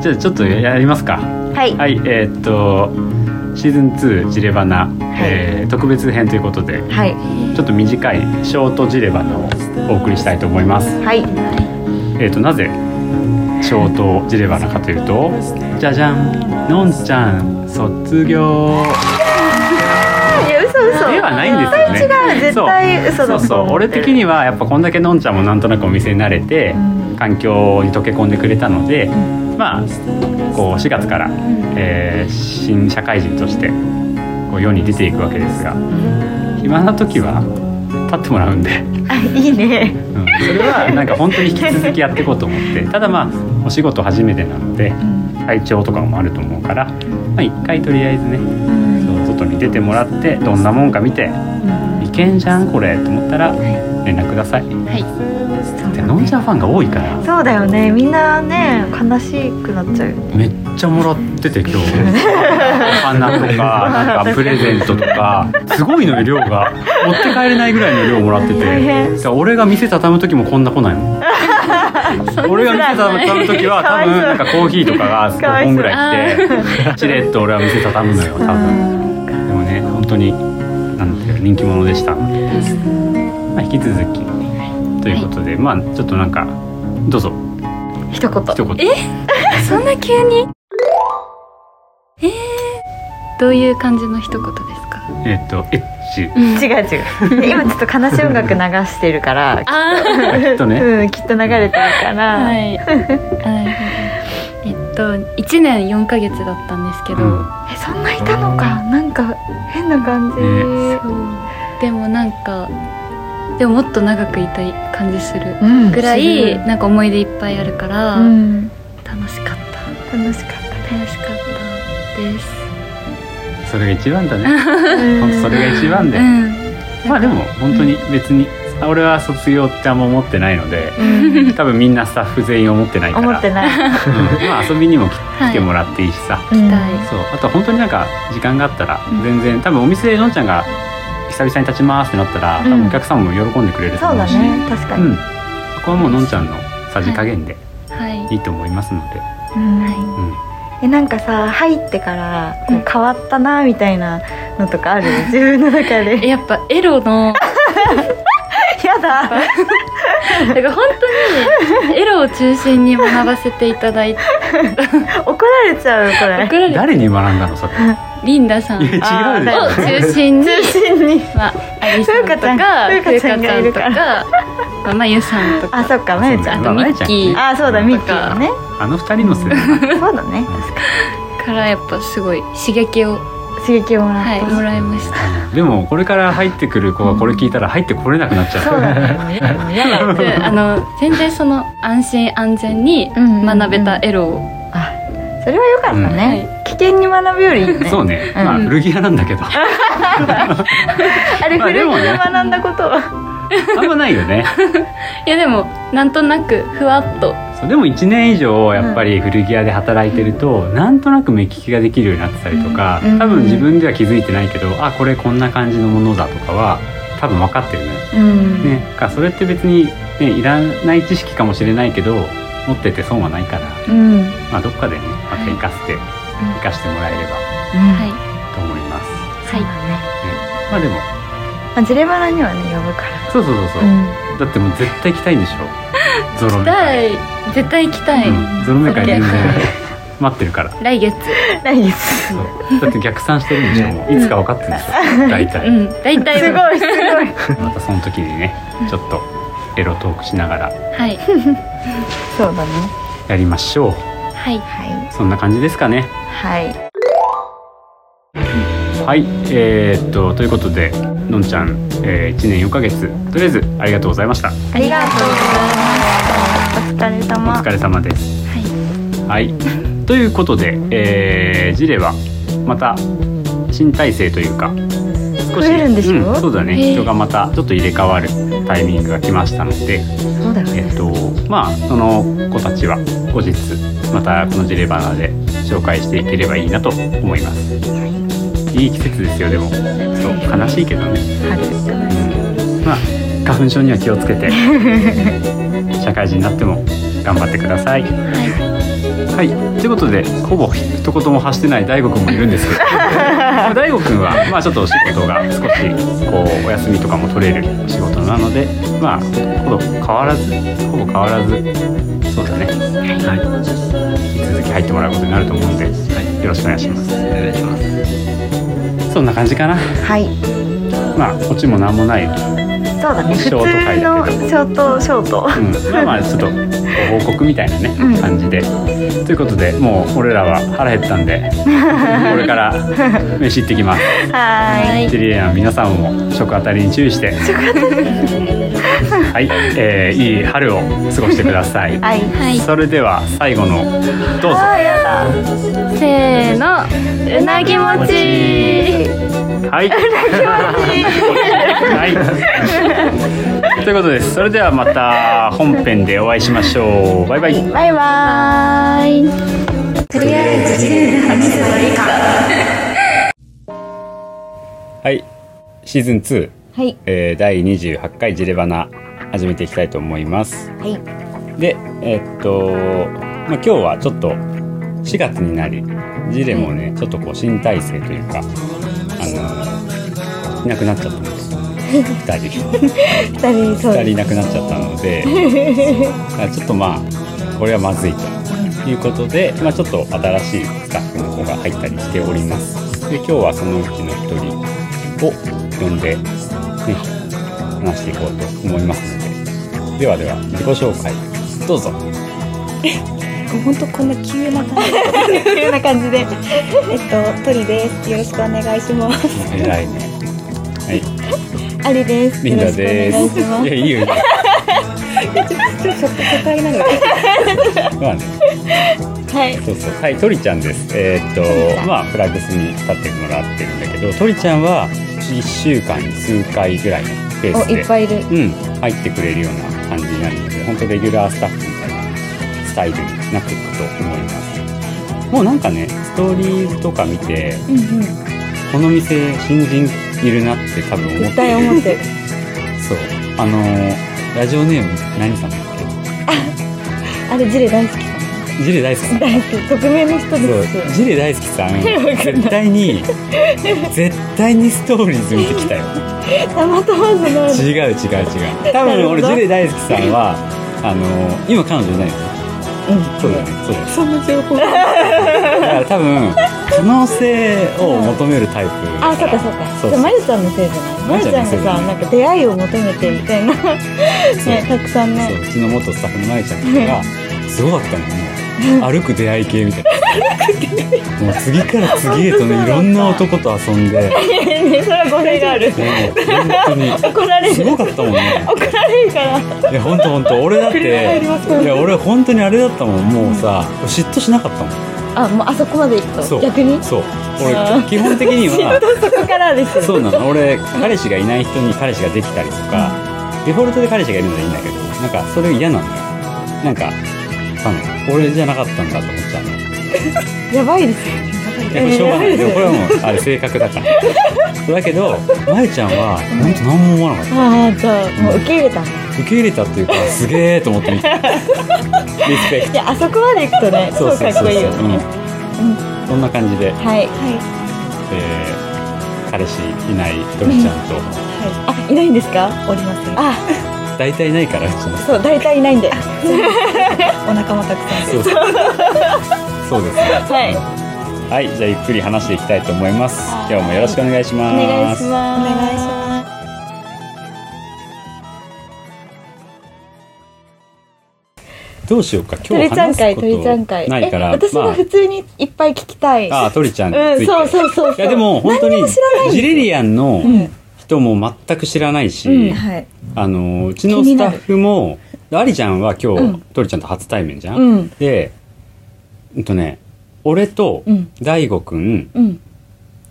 じゃあちょっとやりますかはいはいえーっとシーズン2ジレバナ、えー特別編ということではいちょっと短いショートジレバナをお送りしたいと思いますはいえー、となぜ小とジレバナかというとじゃじゃんのんちゃん卒業いや嘘嘘ではないんですよね絶対違う絶対そ嘘うそうだとそう思っ俺てる的にはやっぱこんだけのんちゃんもなんとなくお店に慣れて環境に溶け込んでくれたので、まあこう4月から、えー新社会人としてこう世に出ていくわけですが暇な時は立ってもらうんで。あいいねうんそれはなんか本当に引き続きやっていこうと思 ってただまあお仕事初めてなので体調とかもあると思うから、まあ、一回とりあえずねそう外に出てもらってどんなもんか見て「いけんじゃんこれ」と思ったら連絡ください。はいそうでだのんちゃんファンが多いからそうだよねみんなね悲しくなっちゃうめっちゃもらってて今日お 花とかなんかプレゼントとかすごいのよ量が持って帰れないぐらいの量もらって大変て俺が店畳む時もこんな来ないもん俺が店畳む時はかわ多いそう分なんかコーヒーとかがかわ5いそう本ぐらい来てしれっと俺は店畳むのよ多分でもね本当になんていうか人気者でした、まあ、引き続きということで、まあちょっとなんかどうぞ一言一言そんな急にえー、どういう感じの一言ですかえっ、とエッチ違う違う今ちょっと悲しい音楽流してる からあーきっとねうんきっと流れてるから、 はい。えっと一年四ヶ月だったんですけど、うんえそんないたのかなんか変な感じ、ねそうでもなんかでももっと長くいたい感じするうんぐらすいるなんか思い出いっぱいあるから、うん、楽しかった楽しかっ楽しかったです。それが一番だねた、う本当それが一番うで、ん。まあでも本当に別に俺は卒業ってあんま思ってないのでうん多分みんなスタッフ全員思ってないから思っ てないうんまあ遊びにも来は来てもらっていいしさ、期たいそうあと本当になんか時間があったらうん全然、多分お店でのんちゃんが久々に立ちますってなったら多うん分お客さんも喜んでくれるとそう思だうし、ね確かに、うんそこはもうのんちゃんのさじ加減ではいいいと思いますので、うんはうんえなんかさ入ってからこう変わったなみたいなのとかある自分の中い。えでやっぱエロのやだだから本当にエロを中心に学ばせていただいて怒られちゃうこ れ送られ誰に学んだの それリンダさんをいや違うでしあょー中心に中心にまあ、アリさんとか、ふふううかかちちゃゃんんがいるとからか、まあ、まゆさんとか。あそっかまゆちゃんあとミッキーまあそうだミッキーねあの二人のせいだなそうだ ねから、やっぱすごい刺激を、刺激をもらはい、っもらいました。でもこれから入ってくる子がこれ聞いたら入ってこれなくなっちたゃうそうだねもうやだで、 あの、全然その安心安全にうん学べたエロを。あそれは良かったね危険に学ぶよりいいねそうね、うんまあ古着屋なんだけ どああれまあで古着でもね学んだことはんまないよねいや、でも、なんとなく、ふわっと。そうでも1年以上やっぱり古着屋で働いてると、なんとなく目利きができるようになってたりとか、うん多分自分では気づいてないけどあこれこんな感じのものだとかは多分分かってるのよ、うんね、だからそれって別に、ね、いらない知識かもしれないけど持ってて損はないから、うんうんまあ、どっかでねまた生かせて生かしてもらえればはい。と思います、そうだねまあでもまあジレバナにはね呼ぶからそうそうそうそう、うん だってもう絶対行きたいんでしょゾロ行き目た会、い。絶対行きたい。うん、ゾロ目会全然 待ってるから来月。来月そうだって逆算してるんでしょもういつか分かってるんですよ大体、うん、大体。すはごいすごいまたその時にねちょっとエロトークしながらい。そうだねやりましょうははい。いそんな感じですかねはいはいえー、っとということでのんちゃん、え1年4ヶ月とりあえずありがとうございましたありがとうごおざいましたお疲れ様疲れ様ですはい。はいということで、えー、ジレはまた新体制というか少増えるんでしょうんそうだねへー人がまたちょっと入れ替わるタイミングが来ましたのでそうだよえねっとまあその子たちは後日またこのジレバナで紹介していければいいなと思いますいい季節ですよでもそう悲しいけどね、うん、まあ花粉症には気をつけて社会人になっても頑張ってくださいはい。とはいということでほぼ一言も発してない大悟くんもいるんです けどまあ大悟くんはまあちょっとお仕事が少しこうお休みとかも取れるお仕事なのでまあほぼ変わらずほぼ変わらずそうだねはい引き続き入ってもらうことになると思うんで、よろしくお願いしますお願いしますそんな感じかなはいまあオチもなんもない、うそうだね普シ通ョーのト回だけどショートショートん、まあまあちょっとご報告みたいなね、うん感じでということでもう俺らは腹減ったんでこれから飯行ってきますははテリアの皆さんも食あたりに注意してはい、えーいい春を過ごしてくださいーいはいはいそれでは最後のどうぞせーのうなぎ餅はいはいということですそれではまた本編でお会いしましょうバイバイバイバーイはいシーズン2、はいえー、第28回ジレバナ始めていきたいと思いますはいでえっと、まあ、今日はちょっと4月になりジレもねちょっとこう新体制というかあのいなくなっちゃったんです2人二人そう2で人いなくなっちゃったの であちょっとまあこれはまずいということで、まあ、ちょっと新しいスタッフの子が入ったりしておりますで今日はそのうちの1人を呼んで、ね、話していこうと思いますのでではでは自己紹介ど うぞ本当こんな急な感じす 急な感じでえっとトリですよろしくお願いします偉いね。はい、ありですリンダです。いや、いいよ。ちょっと都会なのでまあね、はいそうそう、はい、トリちゃんです。えーっと、まあ、フラグスに立ってもらってるんだけど、トリちゃんは。一週間に数回ぐらいのペーおスで。いっぱいいるうん、入ってくれるような感じになるので、本当レギュラースタッフみたいなスタイルになっていくと思います。もうなんかね、ストーリーとか見て、うんうんこの店新人いるなって多分思ってる。絶対思ってるそう、あのーラジオネーム何さんだっけ。あれジレ大好きジレ大好きさん。大好き匿名の人ですそう、ジレ大好きさん。絶対に、絶対にストーリーズ見てきた よ。たまたまじゃない違う違う違う。多分俺ジレ大好きさん は、あの今彼女いないの。うん、そうだね、そうだね。そんな情報だから多分可能性を求めるタイプだら。 あ、そうかそうか。そうそじゃうあまゆちゃんのせいじゃない。ままゆゆちちゃゃんんのがさせいだね、なんか出会いを求めてみたいな、ね、そうたくさんそうね。うちの元スタッフのまゆちゃんとかがすごかったのよ もう歩く出会い系みたいなもう次から次へとねいろんな男と遊んでいやいやそれは語弊がある。ね本当に怒られする。ごかったもんね怒られるから。いや本当本当俺だっていや俺本当にあれだったもんもうさ嫉妬しなかったもん あ、もうあそこまで行くそと。う逆に。そうあ俺ー基本的に はそこからですよ。そうなの俺彼氏がいない人に彼氏ができたりとかデフォルトで彼氏がいるのはいいんだけどなんかそれ嫌なんだよなんかわかんない俺じゃなかったんだと思っちゃうの やばいですよ。いやこれしょうがないでもこれはもうあれ性格だから だけどまゆちゃんは本当何も思わなかっああ、じゃあ、もう受け入れたんだ。た受け入れたっていうかすげえと思って見てリスペクいや、あそこまで行くと ね、トそうかっこいいようんね。そんな感じで、はい。えー彼氏いないドルちゃんとあ、いないんですかおりますああ、大体ないからうちのそう、大体いないんで。お仲間たくさんそうそうですねはい。はいじゃあゆっくり話していきたいと思います今日もよろしくお願いしお願まいしすまお願す。いしまどうしようか今日鳥ちゃん話す会、こ鳥ちゃんと会。ないえ、から私まもあ普通にいっぱい聞きたい。ああ、トリちゃんにつういて。ん、そうそうそうそう。いや、でも、本当に、ジレリアンのん人も全く知らないし、うんはいあの、うちの気にスタなッるフも、アリちゃんは今日、うんトリちゃんと初対面じゃん、うんで、うんとね、俺とうん、大悟くん、うん、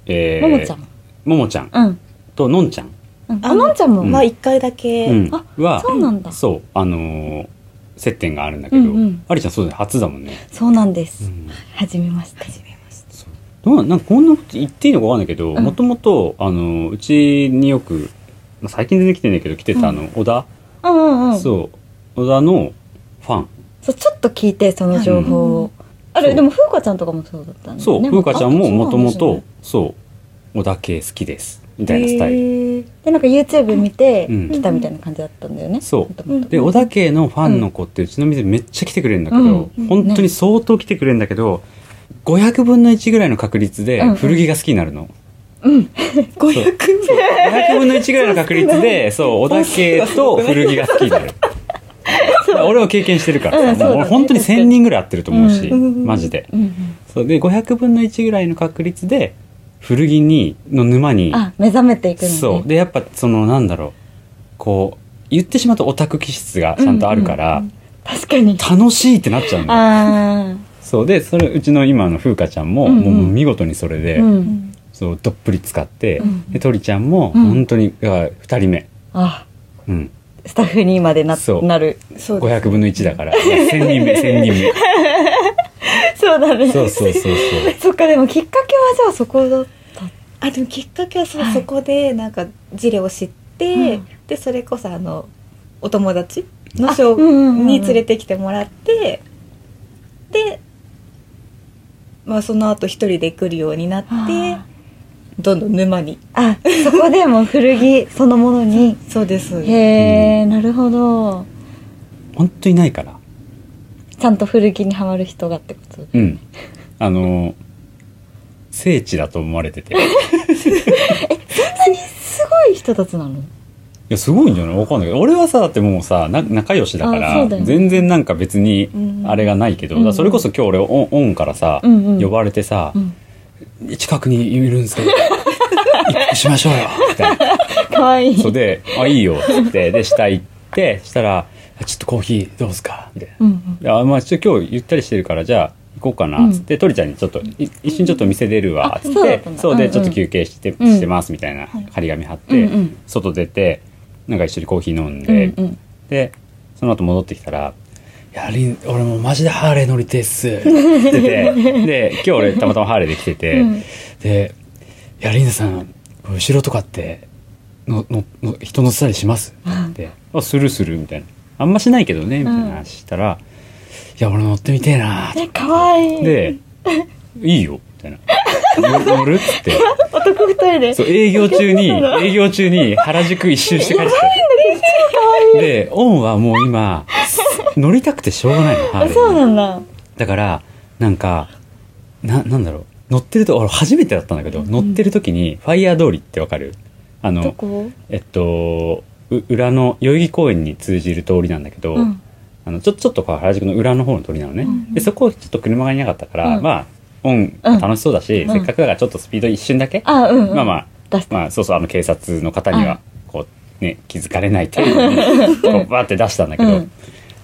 えももちゃん。ももちゃんうん、と、のんちゃん、うんあのんちゃんも。うんまあ一回だけ、うんあは、そうなんだそう、あのー接点があるんだけど、うんうんアリちゃんそうだね、初だもんね。そうなんです。んはじめまして。どうなんかこんなこと言っていいのかわかんないけど、んもともと、あの、うちによく、まあ最近全然来てないけど、来てたあの、小田、うんうんうん。そう、そう、小田のファン。ちょっと聞いて、その情報を。あれでも風花ちゃんとかもそうだったんだそう、風花ちゃんももともとあそう小田系好きですみたいなスタイル、ルでなんか YouTube 見てうん来たみたいな感じだったんだよねそうもともとで小田家のファンの子ってうちの店めっちゃ来てくれるんだけど、うん本当に相当来てくれるんだけど500分の1ぐらいの確率でうん古着が好きになるの、五百500分の1ぐらいの確率でそう小田家と古着が好きになるだから俺は経験してるからさ、うんそうだもねう俺本当に1000人ぐらい会ってると思うし、うんマジでうんうんそうで500分の1ぐらいの確率で古着にの沼にあ目覚めていくのねそうでやっぱそのなんだろうこう言ってしまうとオタク気質がちゃんとあるから、確かに楽しいってなっちゃうんだよあそうでそれうちの今の風花ちゃんも,、うんうんもう見事にそれあで、うんそうどっぷり使って、うんで鳥ちゃんもうん本当に、あ2人目、あうん、スタッフにまでなそうなるそうです500分の1だから1000人 目1000人目そうだねそうそうそうそうそっかでもきっかけはじゃあそこだあでもきっかけはそう、はいそこでなんかジレを知って、うんでそれこそあのお友達のショうんうんうんうんに連れてきてもらってでまあその後一人で来るようになってあどんどん沼にあそこでも古着そのもの にそうですそうへですえなるほど本当にないからちゃんと古着にはまる人がってことうんあの聖地だと思われてていすごい人たちなのやすごいんじゃないわかんないけど俺はさだってもうさな仲良しだかあら、そうだよね全然なんか別にんあれがないけど、うんだからそれこそ今日俺オンオンからさ、うんうん呼ばれてさ、うん近くにいるんですけどいしましょうよみたいなかわいいそうで「あいいよ」っつってで下行ってしたらあ「ちょっとコーヒーどうすか?」みたいなうんうん「いやまあちょっと今日ゆったりしてるからじゃあ行こうかな」っつって、鳥ちゃんにちょっとい「一瞬ちょっと店出るわ」っつあっそうだてったんだそううんでうんちょっと休憩して,、うんしてますみたいな張り紙貼って、うんうん外出てなんか一緒にコーヒー飲んうで、んうんでその後戻ってきたら「いやリン俺もうマジでハーレー乗りてえっす」って言っててで今日俺たまたまハーレーで来てて、うんで「いやリンダさん後ろとかってののの人乗せたりします?」って「あするする」みたいな「あんましないけどね」みたいな話したら「いや俺乗ってみてえな」ってえかわいいで「いいよ」みたいな「乗乗る?」っつって男二人でそう営業中に営業中に原宿一周して帰ってきたでオンはもう今乗りたくてしょうがないのハーあレーにそうなんだだからなんかななんだろう乗ってると俺初めてだったんだけど、乗ってる時にファイヤー通りってわかるあどのこえっとう裏の代々木公園に通じる通りなんだけど、うんあのちょちょっとこう原宿の裏の方の通りなのね、んでそこちょっと車がいなかったから、うんまあオン楽しそうだし、うんせっかくだからちょっとスピード一瞬だけ、あうんうんまあまあ出してまあ、そうそうあの警察の方にうんはこう、ね、気づかれない程度にこうバーって出したんだけど、うん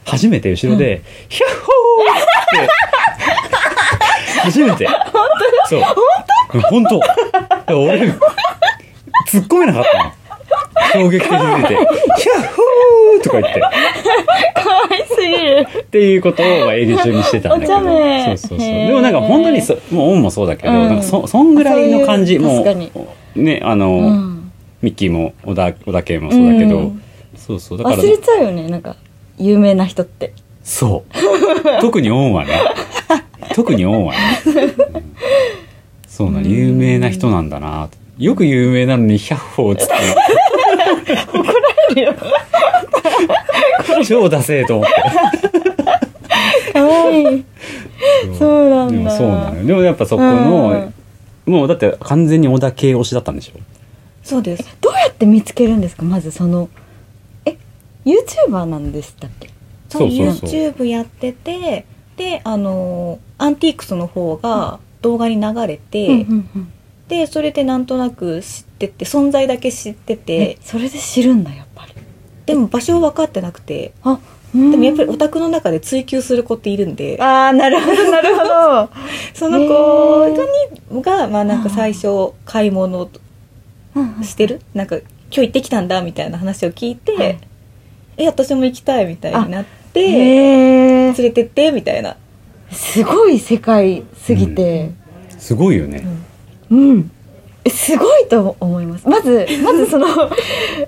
初めて後ろで「ヒャッホー!」って初めて本当そう本当本当俺突っ込めなかったの衝撃的すぎて「ヒャッホー!」とか言って可愛すぎるっていうことをまあ営業中にしてたんだけどお茶目そうそうそうへーでもなんか本当にそもうオンもそうだけど、うんなんかそそんぐらいの感じそういうも確かうねあの、うんミッキーも小田小田圭もそうだけど、うんそうそうだから忘れちゃうよねなんか有名な人ってそう特にオン はね特にオンはね、うんそうなの有名な人なんだなってよく有名なのに「百歩」っつって 怒られるよ超ダセえと思って可愛いそうなんだでもそうなのよでもやっぱそこの、もうだって完全に小田圭推しだったんでしょそうですどうやって見つけるんですかまずそのえ YouTuber なんでしたっけそそううそうそう YouTube やっててであのアンティークスの方が動画に流れて、うんうんでそれでなんとなく知ってて存在だけ知ってえてそれで知るんだやっぱりでも場所分かってなくてあでもやっぱりオタクの中で追求する子っているんであーなるほどなるほ どその子にがまあなんか最初買い物してるなんか今日行ってきたんだみたいな話を聞いて、はいえ私も行きたいみたいになってへ連えれてってみたいなすごい世界すぎてすごいよね、うん、えすごいと思いますま ずまずその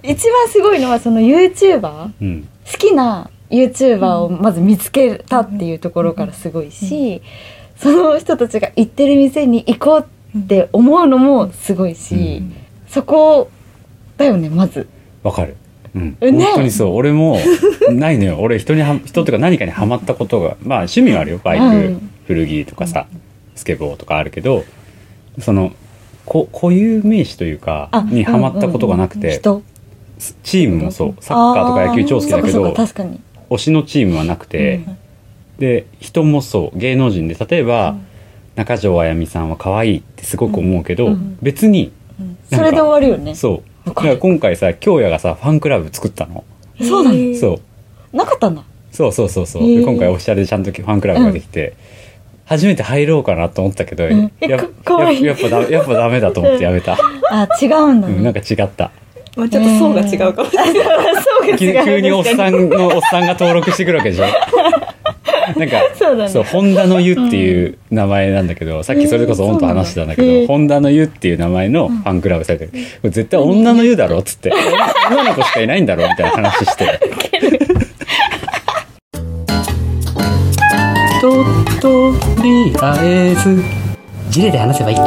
一番すごいのはその YouTuber うん好きな YouTuber をまず見つけたっていうところからすごいし、その人たちが行ってる店に行こうって思うのもすごいし、うんそこだよねまず。わかる、うん、ね本当にそう俺もないのよ俺人には人っていうか何かにハマったことがまあ趣味はあるよバイク、はい古着とかさスケボーとかあるけどそのこ固有名詞というかあにハマったことがなくて、人チームもそうサッカーとか野球超好きだけそうどかそうか確かに。推しのチームはなくて、うんで人もそう芸能人で例えば、中条あやみさんは可愛いってすごく思うけど、うんうん別に それで終わるよね。そうだわかかるら今回さ京也がさファンクラブ作ったの、そうなの。そうなかったんだ。そうそうそうそう、へでー今回オフィシャルでちゃんとファンクラブができて、初めて入ろうかなと思ったけど、んえやかかわいいやっぱだやっぱダメだと思ってやめた、あ違うんだうん、なんね。か違ったまあちょっと層が違うかもしれない。そうか急違う。急におっさんのおっさんが登録してくるわけ でしょなんかそうだねそうホンダの湯っていう名前なんだけど、さっきそれこそオンと話してたんだけど、へーホンダの湯っていう名前のファンクラブされてる、これ絶対女の湯だろっつって女の子しかいないんだろみたいな話してととりあえずジレで話せばいいか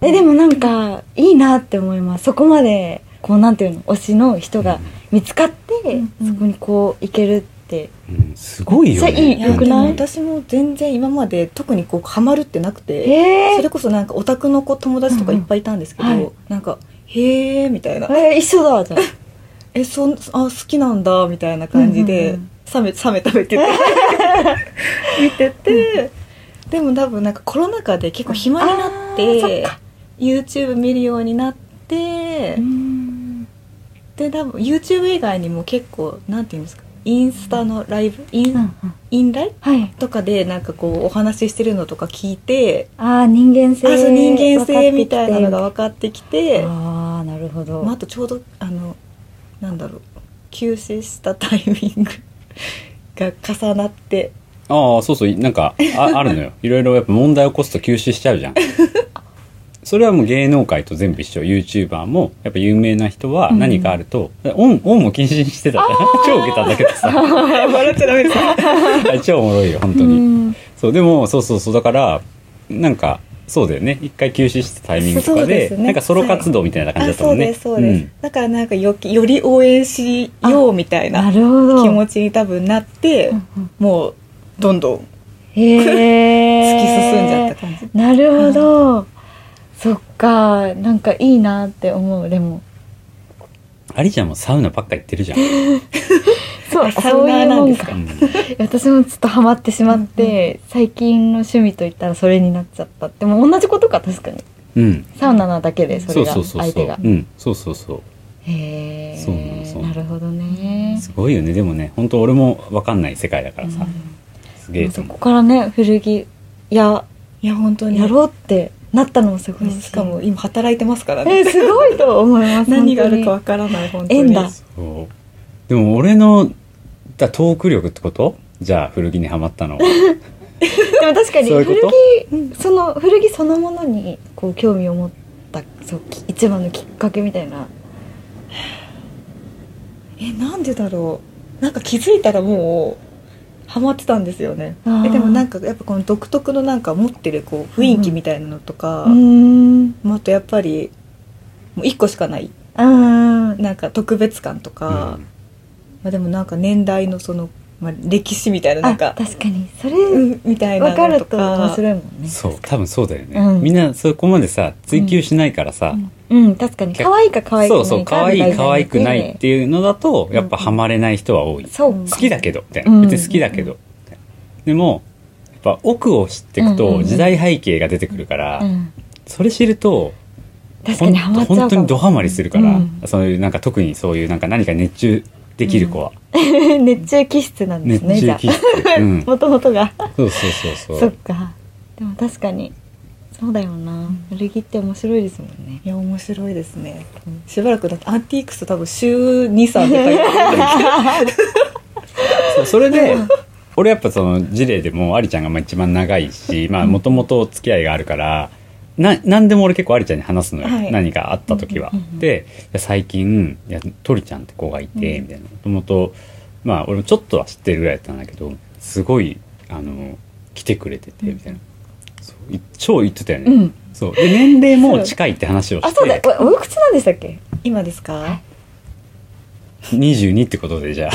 えでもなんかいいなって思いますそこまでこうなんていうの推しの人が見つかって、そこにこう行けるってうんすごいよそれいねいよくでないも私も全然今まで特にこうハマるってなくて、へそれこそなんかオタクの子友達とかいっぱいいたんですけど、うんうんはいなんか「へえ」みたいなえー一緒だわじゃあ「えそんあ好きなんだ」みたいな感じで、うんうん冷め冷めた めって言って見てて、でも多分なんかコロナ禍で結構暇になって、YouTube 見るようになって、で多分 YouTube 以外にも結構なんていうんですかインスタのライブイン,、インライはいとかでなんかこうお話ししてるのとか聞いて、ああ人間性あそう人間性みたいなのが分かってきて、ああなるほど、まあ、あとちょうどあのなんだろう休止したタイミング が重なってああそうそうなんかあある のよいろいろやっぱ問題起こすと休止しちゃうじゃんそれはもう芸能界と全部一緒 YouTuber もやっぱ有名な人は何かあると、オンオンも禁止してたじゃん 超ウケたんだけどさ 笑っちゃダメです超おもろいよ本当に、うんそうでもそうそうそうだからなんかそうだよね一回休止したタイミングとかでそうですねなんかソロ活動みたいな感じだあったもそうんね、ですそうです、だからなんかよきより応援しようみたいななるほど気持ちに多分なって、もうどんどんへ突えき進んじゃった感じ、たなるほど、そっかなんかいいなって思うでもうん、アリちゃんもサウナばっか行ってる じゃん、そうサそウういナーうなもんでんすかかうん私もちょっとハマってしまって、最近の趣味といったらそれになっちゃったでも同じことか確かにうん、サウナなだけでそそれうがそうそう相そ手うがうんそうそうそうへえそうなのそうなのなるほどねすごいよねでもね本当俺も分かんない世界だからさ、すげえとそ思うこからね古着やいや本当にやろうってなったのもすごいしかも今働いてますからねえすごいと思います何があるか本わからない本当に縁だそうでも俺のだトーク力ってことじゃあ古着にはまったの当にでも確かにそういう古こと着その古着そのものにこう興味を持ったそうき一番のきっかけみたいなえなんでだろうなんか気づいたらもうハマってたんですよねあーえでもなんかやっぱこの独特のなんか持ってるこう雰囲気みたいなのとか、うーんまああとやっぱりもう1個しかないあーなんか特別感とか、うんまあ、でもなんか年代のその、まあ、歴史みたいななあんか、確かにそれうん、みたいな分かのるととか面白いもんねそう多分そうだよね、うんみんなそこまでさ追求しないからさ、うん確かに可愛いか可愛くそなういかそう可愛い可愛くないみっていうのだとやっぱハマれない人は多い、たいなね好そうきだけどみたいなうん別に好きだけど、でもやっぱ奥を知っていくうんうんうとん時代背景が出てくるから、うんそれ知ると確かほんにハマっちゃ本う当かにもドハマりするから、うんそういうなんか特にそういうなんか何か熱中できる子は、 熱中気質なんです熱ねじ中ゃ気質、うんあ、もともとがそうそうそうそう そっかでも確かにそうだよな古着って面白いですもんねいや面白いですね、しばらくだってアンティークス多分週23で通ってるそうそれで俺やっぱその事例でもありちゃんがまあ一番長いしまあもともと付き合いがあるからな何でも俺結構ありちゃんに話すのよ、はい何かあった時は。でいや最近いやトリちゃんって子がいてみたいなもともとまあ俺もちょっとは知ってるぐらいだったんだけどすごいあの来てくれててみたいな、そうい超言ってたよね、うんそうで年齢も近いって話をあしそ うだてこれおいくつなんでしたっけ今ですか22ってことでじゃあ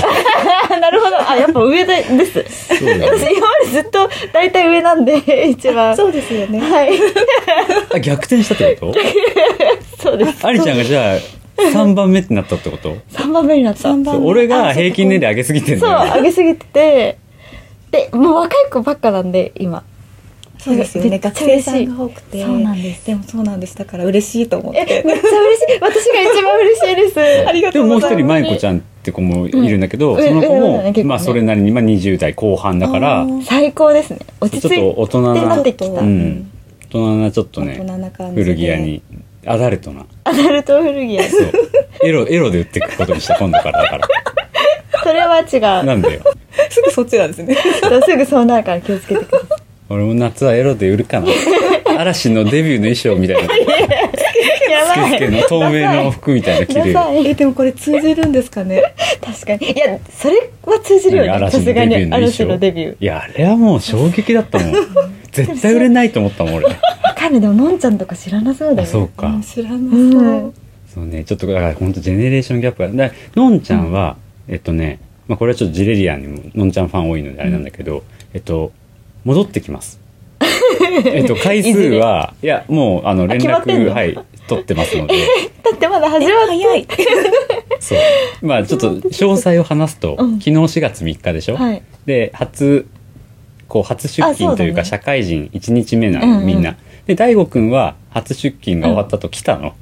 あなるほどあやっぱ上でですそうだ 私今までずっと大体上な んで一番そうですよねはいあ逆転したってことそうですありちゃんがじゃあ3番目ってなったってこと3番目になった三番そう目俺が平均年齢上げすぎてんそうだよね上げすぎててでもう若い子ばっかなんで今そうですよめねっちゃ学生さんが多くてそうなんですでもそうなんですだから嬉しいと思っえめっちゃて嬉しい私が一番嬉しいですありがでとうももうご一ざい人ますまゆこちゃんって子もいるんだけど、うんその子うんうんうんも、結構ねまあそれなりに、まあ、20代後半だからあー最高ですね落ちちょっ着いてと大人ななってきた、ううんん、大人なちょっと大人ねな感じで古着屋にアダルトなアダルト古着屋そう エロエロで売っていくことにした今度からだかそれは違らうなんだよすぐそっちなんですねそうすぐそうなるから気をつけてください俺も夏はエロで売るかな嵐のデビューの衣装みたいなやスケスケの透明の服みたいな着ダるサいえでもこれ通じるんですかね確かにいやそれは通じるよね嵐さのデビすがューにの衣嵐装のデビューいやあれはもう衝撃だった もん絶対売れないと思ったもん俺わかんないでものんちゃんとか知らなそうだあよねそうか、うん知らなうんそうそうね、ちょっとだから本当ジェネレーションギャップがだからのんちゃんは、えっとね、まあ、これはちょっとジレリアンにものんちゃんファン多いのであれなんだけど、えっと戻ってき ます。えっと回数はいやもうあの連決まってん絡のはい取ってますの でだってまだ始まって早いそうまあちょっと詳細を話すと、うん昨日4月3日でしょ、はいで初こう初出あそうだ勤ねというか社会人1日目なの、みんなうで大悟くんは初出勤が終わったと来たの、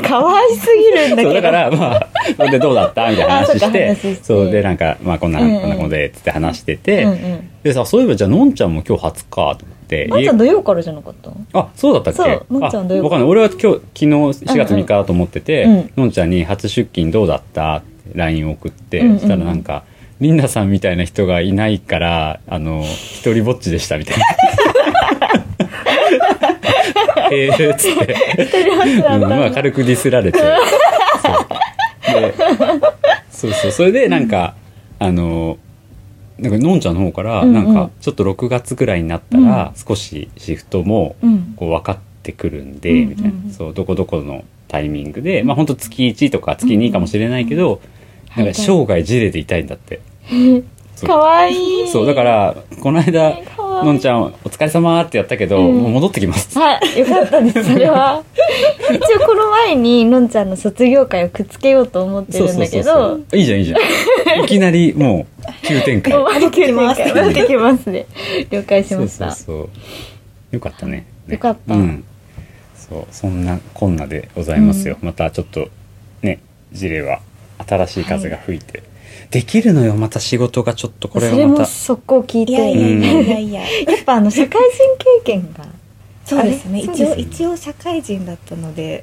かわいすぎるんだけそどうだからまあそれでどうだったみたいな話し てあそうか話してそうでなんか、まあ、こんな、うんうんこんなことでっつって話してうて、んうんでさそういえばじゃあのんちゃんも今日初かと思ってのんち家ゃん土曜からじゃなかったあそうだったっけそうのんちゃんどういうあわことかんない俺は今日昨日4月うんうん3日だと思ってて、うんのんちゃんに「初出勤どうだった?」って LINE を送って、うんうんそしたらなんか「リンダさんみたいな人がいないからあの一人ぼっちでした」みたい な。ええっつって。一人発だうっん、たまあ軽くディスられてそうでそうそうそれでなんか、あのなんかのんちゃんの方からうんうんなんかちょっと6月ぐらいになったら少しシフトもうんこう分かってくるんで、みたいなそうどこどこのタイミングで、まあ本当月1とか月2かもしれないけど、なんか生涯ジレでいたいんだって。そうかわいいそうだからこの間かわいいのんちゃん「お疲れ様ってやったけど、うんもう戻ってきますはい、よかったです、それは。一応この前に、のんちゃんの卒業会をくっつけようと思ってるんだけど、ういいじゃんいいじゃんいきなりもう急展 開もう待ってきます。戻戻っっててきますね。了解しましそうた。そうそうよかったねねよかったうんそうそんなこんなでございますよ、またちょっとねジレは新しい風が吹いて、できるのよまた仕事がちょっとこれそはれまもた速攻聞いて、いやいやいやいやいややっぱあの、社会人経験が。そうですねあれ一そう応です一応社会人だったので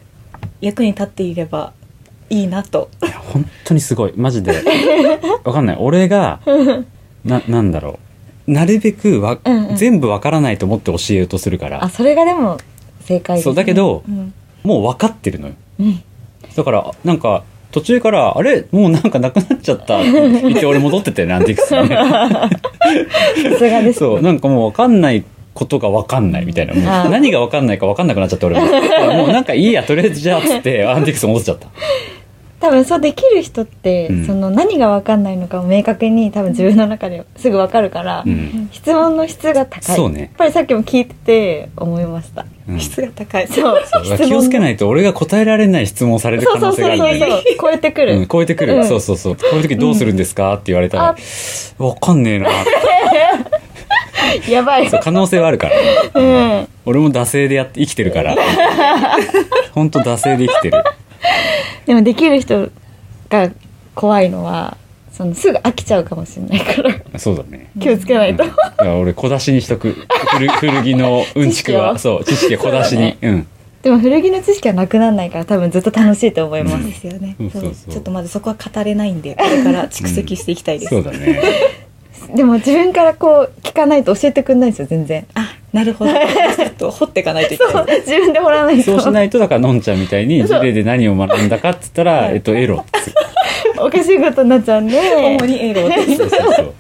役に立っていればいいなといや本当にすごいマジ でわかんない俺がななんだろうなるべくわ、うんうん全部わからないと思って教えようとするかあ、らそれがでも正解です、そうだけど、うんもう分かってるのようん。だからなんか途中から「あれもうなんかなくなっちゃった」 って言って俺戻ってたよねアンティークスに ねさすがです。そうなんかもう分かんないことが分かんないみたいなもあーう何が分かんないか分かんなくなっちゃって 俺ももうなんかいいやとりあえずじゃあっつってアンティークス戻っちゃった多分そうできる人って、うんその何が分かんないのかを明確に多分自分の中ですぐ分かるから、うん、質問の質が高いそうねやっぱりさっきも聞いてて思いましたうん質が高いそうだから気をつけないと俺が答えられない質問をされるそ可うそ能う性そがあうるんだそうよねそう超えてくる、うん、超えてくる、うんそうそうそうこういう時どうするんですかって言われたらあ「わかんねえな」やばいそう可能性はあるからね、うん俺も惰性でやって生きてる から本当惰性で生きてるでもできる人が怖いのはそのすぐ飽きちゃうかもしれないからそうだね気をつけないと、うんいや俺小出しにしとく古古着のうんちくは知識そう知識は小出しにう,、でも古着の知識はなくならないから多分ずっと楽しいと思いまそうす、ですよねうんそうそうそうちょっとまずそこは語れないんでこれから蓄積していきたいんです、そうだねでも自分からこう聞かないと教えてくんないんですよ全然あなるほどちょっと掘っていかないといけないで自分で掘らないとそうしないとだからのんちゃんみたいに事例で何を学んだかっつったら「えっとエロ」っつっておかしいことになっちゃうんすで主にエロでそうそうそう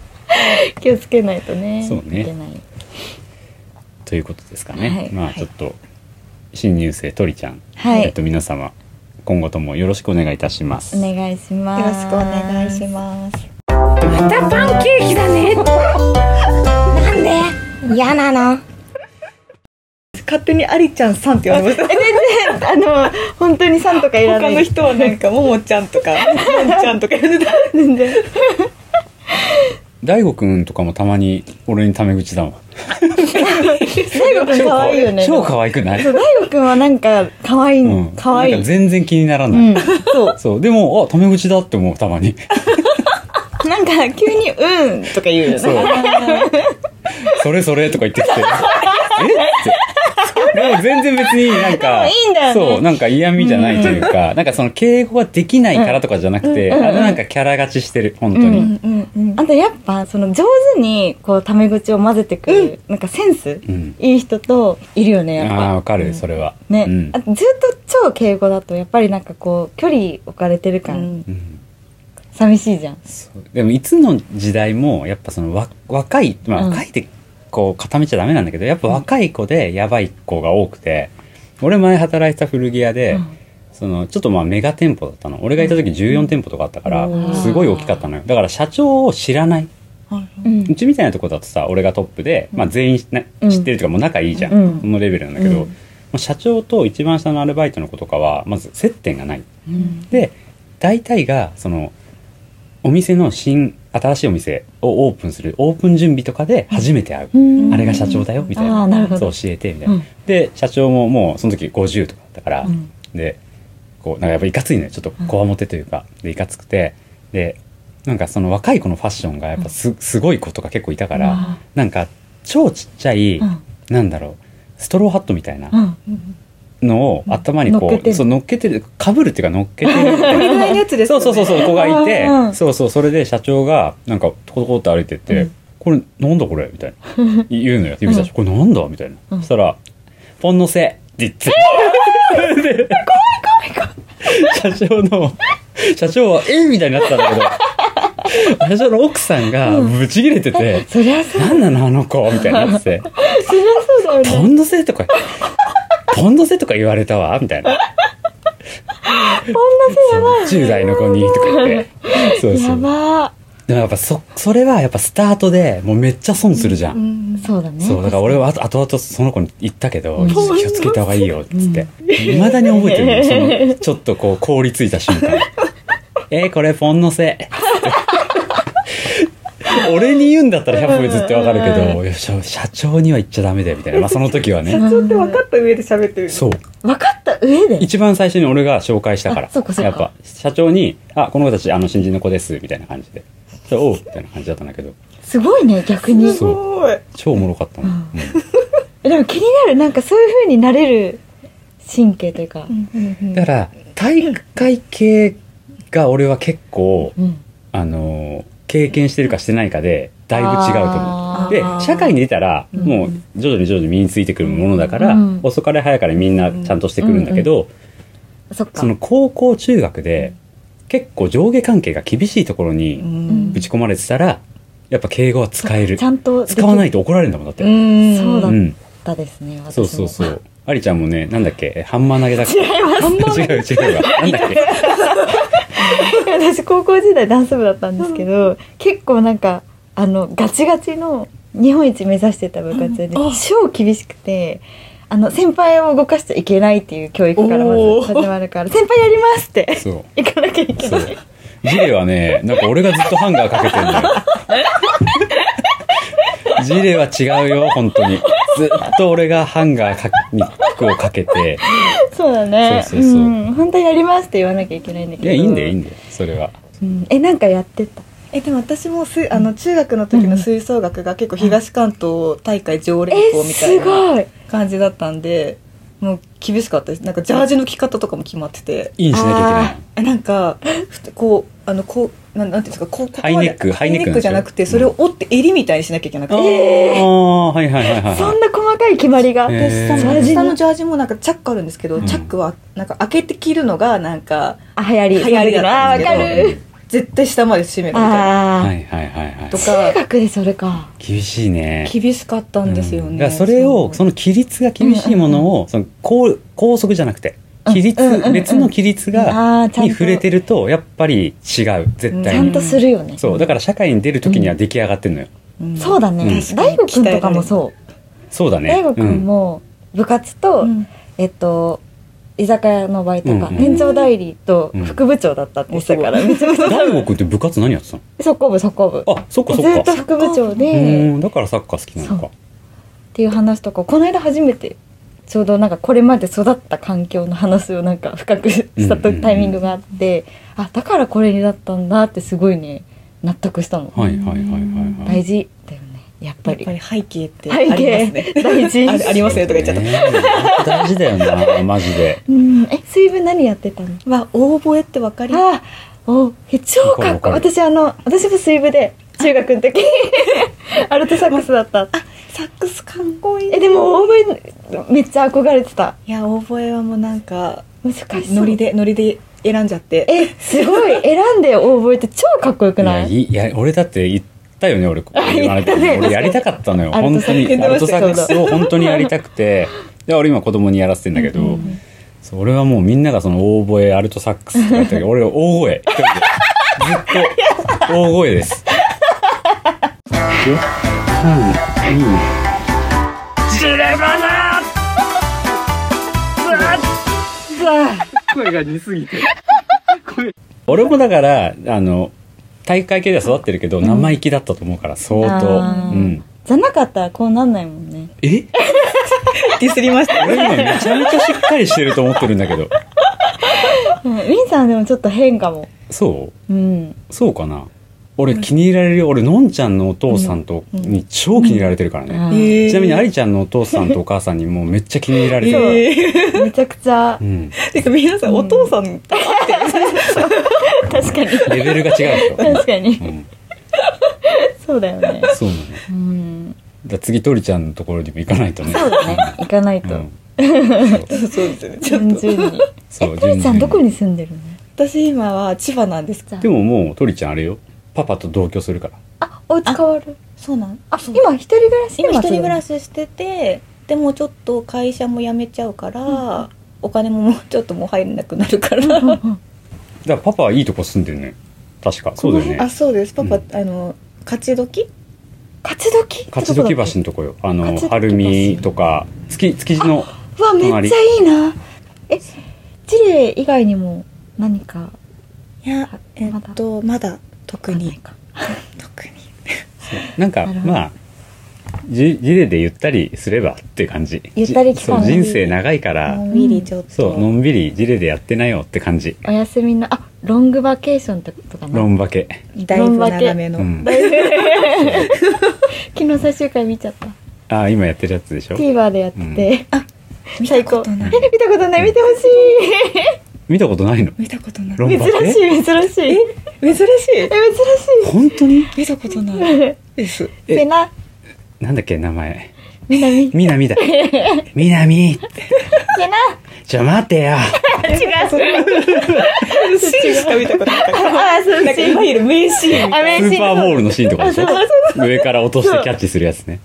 気をつけないとねそうねいけないということですかね、はいまあちょっと新入生とりちゃん、はいえっと、皆様今後ともよろしくお願いいたしますお願いしますよろしくお願いしますす嫌なの勝手にアリちゃんさんって言われましたあの本当にさんとかいらな他いの人はなんかももちゃんとかもんちゃんとか言ってた全然大悟くんとかもたまに俺にタメ口だもん大悟くん可愛いよね超可愛くないそう大悟くんはなんか可愛いうん可愛なんいか全然気にならうない、んそうそうでもあタメ口だって思うたまになんか急に「うん」とか言うよそうねそれそれとか言ってき てえってでも全然別になんかでもいいんだよねそうなんか嫌味じゃないというか、なんかその敬語ができないからとかじゃなくて、うんうんあれなんかキャラ勝ちしてる本当に、うんあとやっぱその上手にこうタメ口を混ぜてくる、なんかセンス、うんいい人といるよねやっああぱわかるそれは、ね、うんあとずっと超敬語だとやっぱりなんかこう距離置かれてる感、うん寂しいじゃんそうでもいつの時代もやっぱそのわ若い、まあ、うん若いってこう固めちゃダメなんだけど、やっぱ若い子でやばい子が多くて俺前働いてた古着屋で、うんそのちょっとまあメガ店舗だったの俺がいた時14店舗とかあったから、うんすごい大きかったのよだから社長を知らない、うんうちみたいなとこだとさ俺がトップで、まあ、全員、ねうん知ってるとかもう仲いいじゃん、うんそのレベルなんだけど、うもんう社長と一番下のアルバイトの子とかはまず接点がないで大体がそのお店の新新しいお店をオープンするオープン準備とかで初めて会う、うんあれが社長だよみたいあなーなるほどそう教えてみたいな、うんで社長ももうその時50とかだったから、うんでこうなんかやっぱいかついねちょっとこわもてというか、でいかつくてでなんかその若い子のファッションがやっぱす,、すごい子とか結構いたから、うんなんか超ちっちゃい、うんなんだろうストローハットみたいな、うんのを頭に乗っこけてうるそう乗っけてるかぶるっていうか乗っけて る意外なやつですそうそうそうそう子がいてうんうんそうそうそれで社長がなんかトコトコって歩いてって「これなんだこれ」みたいな言うのよ指差して「これなんだ?」みたいな、そしたら「ポンのせ」って言って で社長の社長は「えみたいになってたんだけど社長の奥さんがブチ切れててそりゃ「そなんなのあの子」みたいになってて。そりゃそうだよねポンド制とか、ポンド制とか言われたわ、みたいな。ポンド制やばい。10代の子にとか言って。そうそやう。でもばやっぱそ、それはやっぱスタートでもうめっちゃ損するじゃん。ーそうだねそう、だから俺はあと後々その子に言ったけど、気をつけた方がいいよ、っつって。未だに覚えてるの、その、ちょっとこう凍りついた瞬間。 えー、これポンのせ。 俺に言うんだったら100歩譲ってわかるけど、いや社社長には言っちゃダメだよ、みたいな。まあその時はね。社長って分かった上で喋ってるそう。分かった上で一番最初に俺が紹介したから。あそうかそうかやっぱ、社長に、あ、この子たち、あの、新人の子です、みたいな感じで。そうおう、みたいな感じだったんだけど、すごいね逆にすごい超おもろかったの。うんでも気になるなんかそういう風になれる神経というか、だから、大会系が俺は結構、うんあのー、経験してるかしてないかで、だいぶ違うと思う。あーで、社会に出たら、んもう、徐々に徐々に身についてくるものだから、うん遅かれ早かれみんなちゃんとしてくるんだけど、そっかその高校、中学で、結構上下関係が厳しいところに、うんぶち込まれてたらやっぱ敬語は使えるちゃんとでき使わないと怒られるんだもんだって、んそうだうっん、たですね、私もそうそうそうありちゃんもねなんだっけえハンマー投げだっけ違い ます違う違うわなん だっけ私高校時代ダンス部だったんですけど、結構なんかあのガチガチの日本一目指してた部活で、超厳しくてあの先輩を動かしちゃいけないっていう教育からまず始まるから「先輩やります!」って そう行かなきゃいけそなういジレはねなんか俺がずっとハンガーかけてるのよジレは違うよ本当にずっと俺がハンガーかに服をかけてそうだねそうそうそうん本当にやりますって言わなきゃいけないんだけいやどいいんだよいいんだよそれはうんえなんかやってたえでも私もすあの中学の時の吹奏楽が結構東関東大会常連え校みたいすなごい感じだったんでもう厳しかったですなんかジャージの着方とかも決まっててインしなきゃいけないえなんかふとこうあのこうなんなんていうんですかこうここハまでイネックハイネックなんでしょじゃなくてそれを折って襟みたいにしなきゃいけなくあて、ーはいはいはいはいそはんな細かい決まりが、えージャージ下のにジャージもなんかチャックあるんですけど、うんチャックはなんか開けて着るのがなんかあ流行り流行りだったんあで分すかけどる絶対下まで締めるみたいなあはあいはいはいはいとか中学でそれか厳しいね厳しかったんですようんね、だからそれをその規律が厳しいものをその高高速じゃなくて規律、うんうんうん別の規律がああちゃんにと触れてるとやっぱり違う絶ち対ゃんに、とするよねそうだから社会に出る時には出来上がってんのよ、うんそうだうんね確かに大悟くんとかもそうそうだね大悟くんも部活と、うんえっと居酒屋のバイトか、うんうん年長代理とうん副部長だったって言ってた から、めちゃくちうゃん大悟君って部活何やってたの速攻部速攻部あそっかそずっっとか副部長うでっーんだからサッカー好きなのかていう話とかこの間初めてちょうどなんかこれまで育った環境の話をなんか深くしたうんうんとうんタイミングがあって、あだからこれになったんだってすごいね納得したの、はいはいはいはいはい大事だよねやっぱやっりぱり背景ってあ背ります景ね大事あ ありますねとか言っちゃった、ね大事だよなマジでうんえ水分何やってたのまあオーボエってわかりますあおえ超かっこいいわかるわかる私あの私も水部で中学の時アルトサックスだったサックスかっこいいえでも大声めっちゃ憧れてたいやオーボエはもうなんか難しそうノリでノリで選んじゃってえすごい選んで応募って超かっこよくいやないいいいや俺だって言ったよね俺言ったね俺やりたかったのよアル本トサ当ックスにアルトサックスそを本当にやりたくてで俺今子供にやらせてんだけど、そう俺はもうみんながその大声アルトサックスとか言ってたけど俺は大声一人でずっと大声です声が似すぎて俺もだからあの大会系では育ってるけど生意気だったと思うから相当、あーうん、じゃなかったらこうなんないもんねえディスりました俺今めちゃめちゃしっかりしてると思ってるんだけどうんミンさんでもちょっと変かもそううんそうかな俺気に入られるよ俺のんちゃんのお父さんとに超気に入られてるからね、あーちちなみにありちゃんのお父さんとお母さんにもうめっちゃ気に入られ てる、めちゃくちゃうん、てか皆さんお 父さん確かにレベルが違うでしょ確かにうん、そうだよねそうなのだかうんら次鳥ちゃんのところにも行かないとねそうだね行かないとうんそうですよねちょっ順々にそうえトリちゃんどこに住んでるのと私今は千葉なんですでももう鳥ちゃんあれよパパと同居するからあお家変わるそうなんあそう今一人暮らし今一人暮らしししててでもちょっと会社も辞めちゃうから、お金ももうちょっともう入らなくなるから、だからパパはいいとこ住んでるね確かそうだよね あそうですパパ、うんあの勝どき勝ち時勝どき橋のとこよあの勝どき橋晴海とか築築地のうわめっちゃいいなえチレ以外にも何かいやあえっとまだ特わかにんないか特になんかなるほどまあじ事例でゆったりすればって感じゆったり期間そうが人生長いからのんびりちょっとそうのんびり事例でやってないよって感じお休みのあロングバケーションとかかロなンバケだいぶ長めの、うん昨日最終回見ちゃったあ今やってるやつでしょ TVer でやってて、あ見最た高ことないえ見たことない見てほしい見たことないの見たことないロンバ珍しケい珍しいえ珍 珍しいし本当に見たことないですいみんななんだっけ名前みんなみんなみなみだみなみって ちょ待てよシーンしか見たことないあそうなんかいわゆる名シーンあス嬉しーいパーボールのシーンとかでしょ上から落としてキャッチするやつね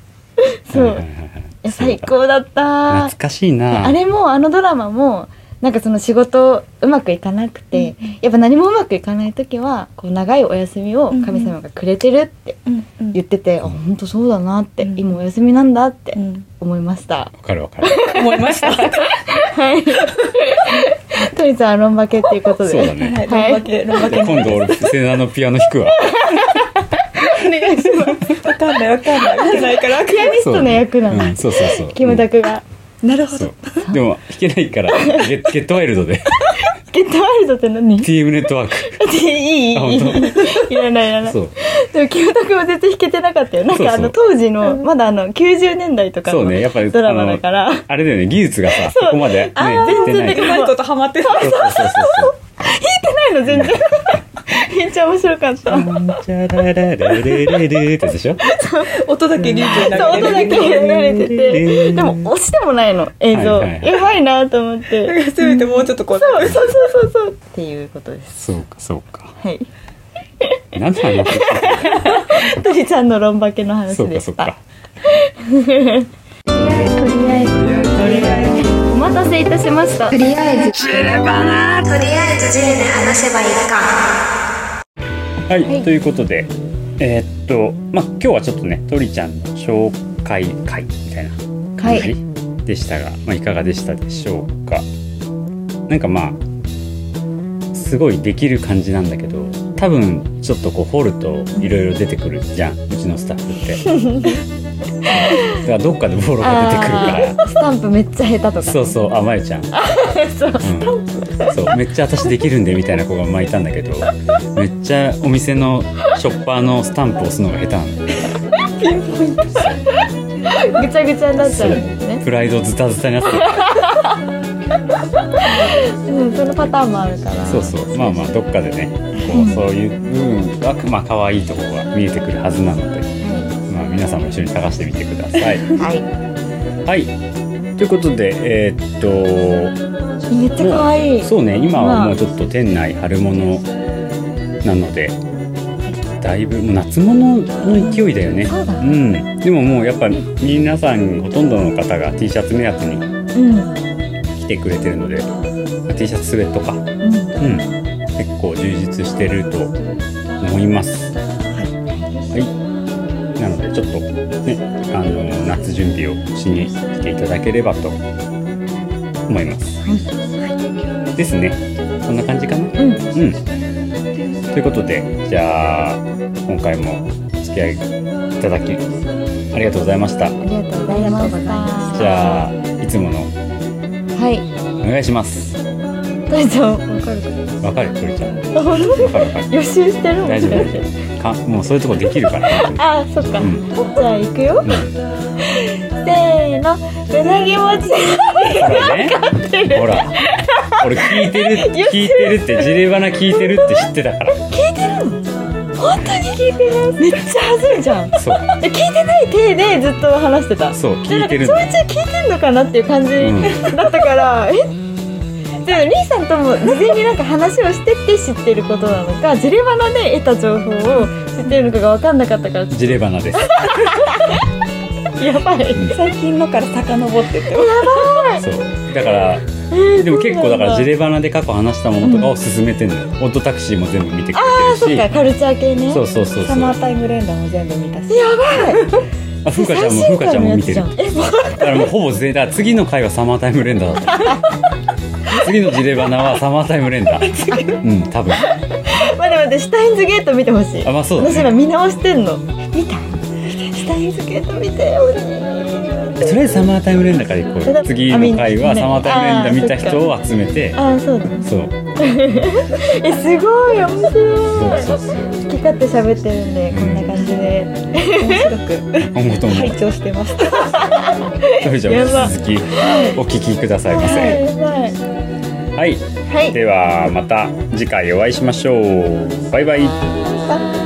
そうはいはいはいはいいや最高だった懐かしいなあれもあのドラマもなんかその仕事うまくいかなくて、やっぱ何もうまくいかない時はこう長いお休みを神様がくれてるってうんうん言ってて、あ本当そうだなって、うん今お休みなんだってうん思いました、わかるわかる思いま したトリちゃんはロンバケっていうことでそうだはねい、ロンバケ、ロンバじゃケあ。今度俺セナのピアノ弾くわお願いします。わかんない、わかんない、わかんないから。ピアニストの役なの、うんそうそうそうキムタクが、 なるほそど。うでも弾けないからゲッゲットワイルドでゲットワイルドって何 TM ネットワークいいいいあいい本いらないいらないそう でもキムタクも絶対弾けてなかったよなんそうかそうあの当時のまだあの90年代とかそのうねやっぱりドラマだから、あのあれだよね技術がさここまでね全然出ないできうなまいいことハマ ってた。そうそうそうそうないの 全然めっちゃ面白かった音なんちゃららられれれってやつでしょ音だけ流暢になだけ流れててでも押してもないの映像、はいはいはいやばいなと思っだかてらせめてもうちょっとこう。そうそうそうそうそうっていうことでそすうかそうかはい何の話鳥ちゃんのロンバケのそ話うかでそうしかた。りあえずお待たせいたしましたりあえず知ればなとりあえずジレで話せばいいかはい、ということでえーっとまあ今日はちょっとね鳥ちゃんの紹介会みたいなは感い。じでしたが、まあ、いかがでしたでしょうかなんかまあすごいできる感じなんだけど多分ちょっとこう掘るといろいろ出てくるじゃんうちのスタッフってだからどっかでボロが出てくるからあースタンプめっちゃ下手とか。そうそうあまゆちゃんそう,、ん、そうめっちゃ私できるんでみたいな子が巻いたんだけどめっちゃお店のショッパーのスタンプ押すのが下手なんだよぐちゃぐちゃになっちゃうんですね。プライドズタズタになってうん、そのパターンもあるから。そうそうまあまあどっかでねこうそういう部分がまあ可愛いところが見えてくるはずなので、まあ、皆さんも一緒に探してみてください。はい。はいということでえーっとめっちゃ可愛い。そうね今はまもあうちょっと店内春物なのでだいぶもう夏物の勢いだよねそうだんでももうやっぱ皆さんほとんどの方が T シャツ目当てにうん。来てくれてるのでまあ T シャツスウェットかうん結構充実してると思いますはい、なのでちょっとねあの夏準備をしに来ていただければと思います、ですねこんな感じかなううん。ん。ということで、じゃあ、今回もお付き合いいただき、ありがとうございました。ありがとうございました。じゃあ、いつものはい。お願いします。とりちゃん、わかるかわかる鳥ちゃん。わな。あかるわかる。予習してるもん。大丈夫大丈夫。かもうそういうとこできるから。あ、そっか。うん。じゃあ、行くよ。うん。せーの。うなぎ餅。ほらね。ほら。俺聞いてる、聞いてるって、ジレバナ聞いてるって知ってたから。本当に聞いてる。めっちゃ恥ずいじゃん。そう。聞いてない体でずっと話してたそう、聞いてるんちょだいよ。ちょい聞いてんのかなっていう感じだったから、えでもリーさんとも事前になんか話をしてって知ってることなのかジレバナで得た情報を知ってるのかが分かんなかったからちょジレバナです。っとやばい最近のから遡ってってそうだから、でも結構だからジレバナで過去話したものとかを進めてんのよ、オットタクシーも全部見てくそれってかるしカルチャー系ねそうそうそうそサうマあータイムレンダーも全部見たし風花ちゃんも風花ちゃんも見てるえもうだからもうほぼ全員だから次の回はサマータイムレンダーだっ た次のジレバナはサマータイムレンダーうん多分あ待って待ってシュタインズゲート見てほしいまあそう私だ今ね見直してんの見たシュタインズゲート見てよとりあえずサマータイムレンダーから行こうよ次の回はサマータイムレンダー見た人を集めてああそうだそうえすごい面白そういそうそう 好き勝手喋ってるんでこんな感じで今後とも拝聴してましたそれじゃやばあ続きお聞きくださいまはせいはいはいはいではまた次回お会いしましょうバイバイ乾杯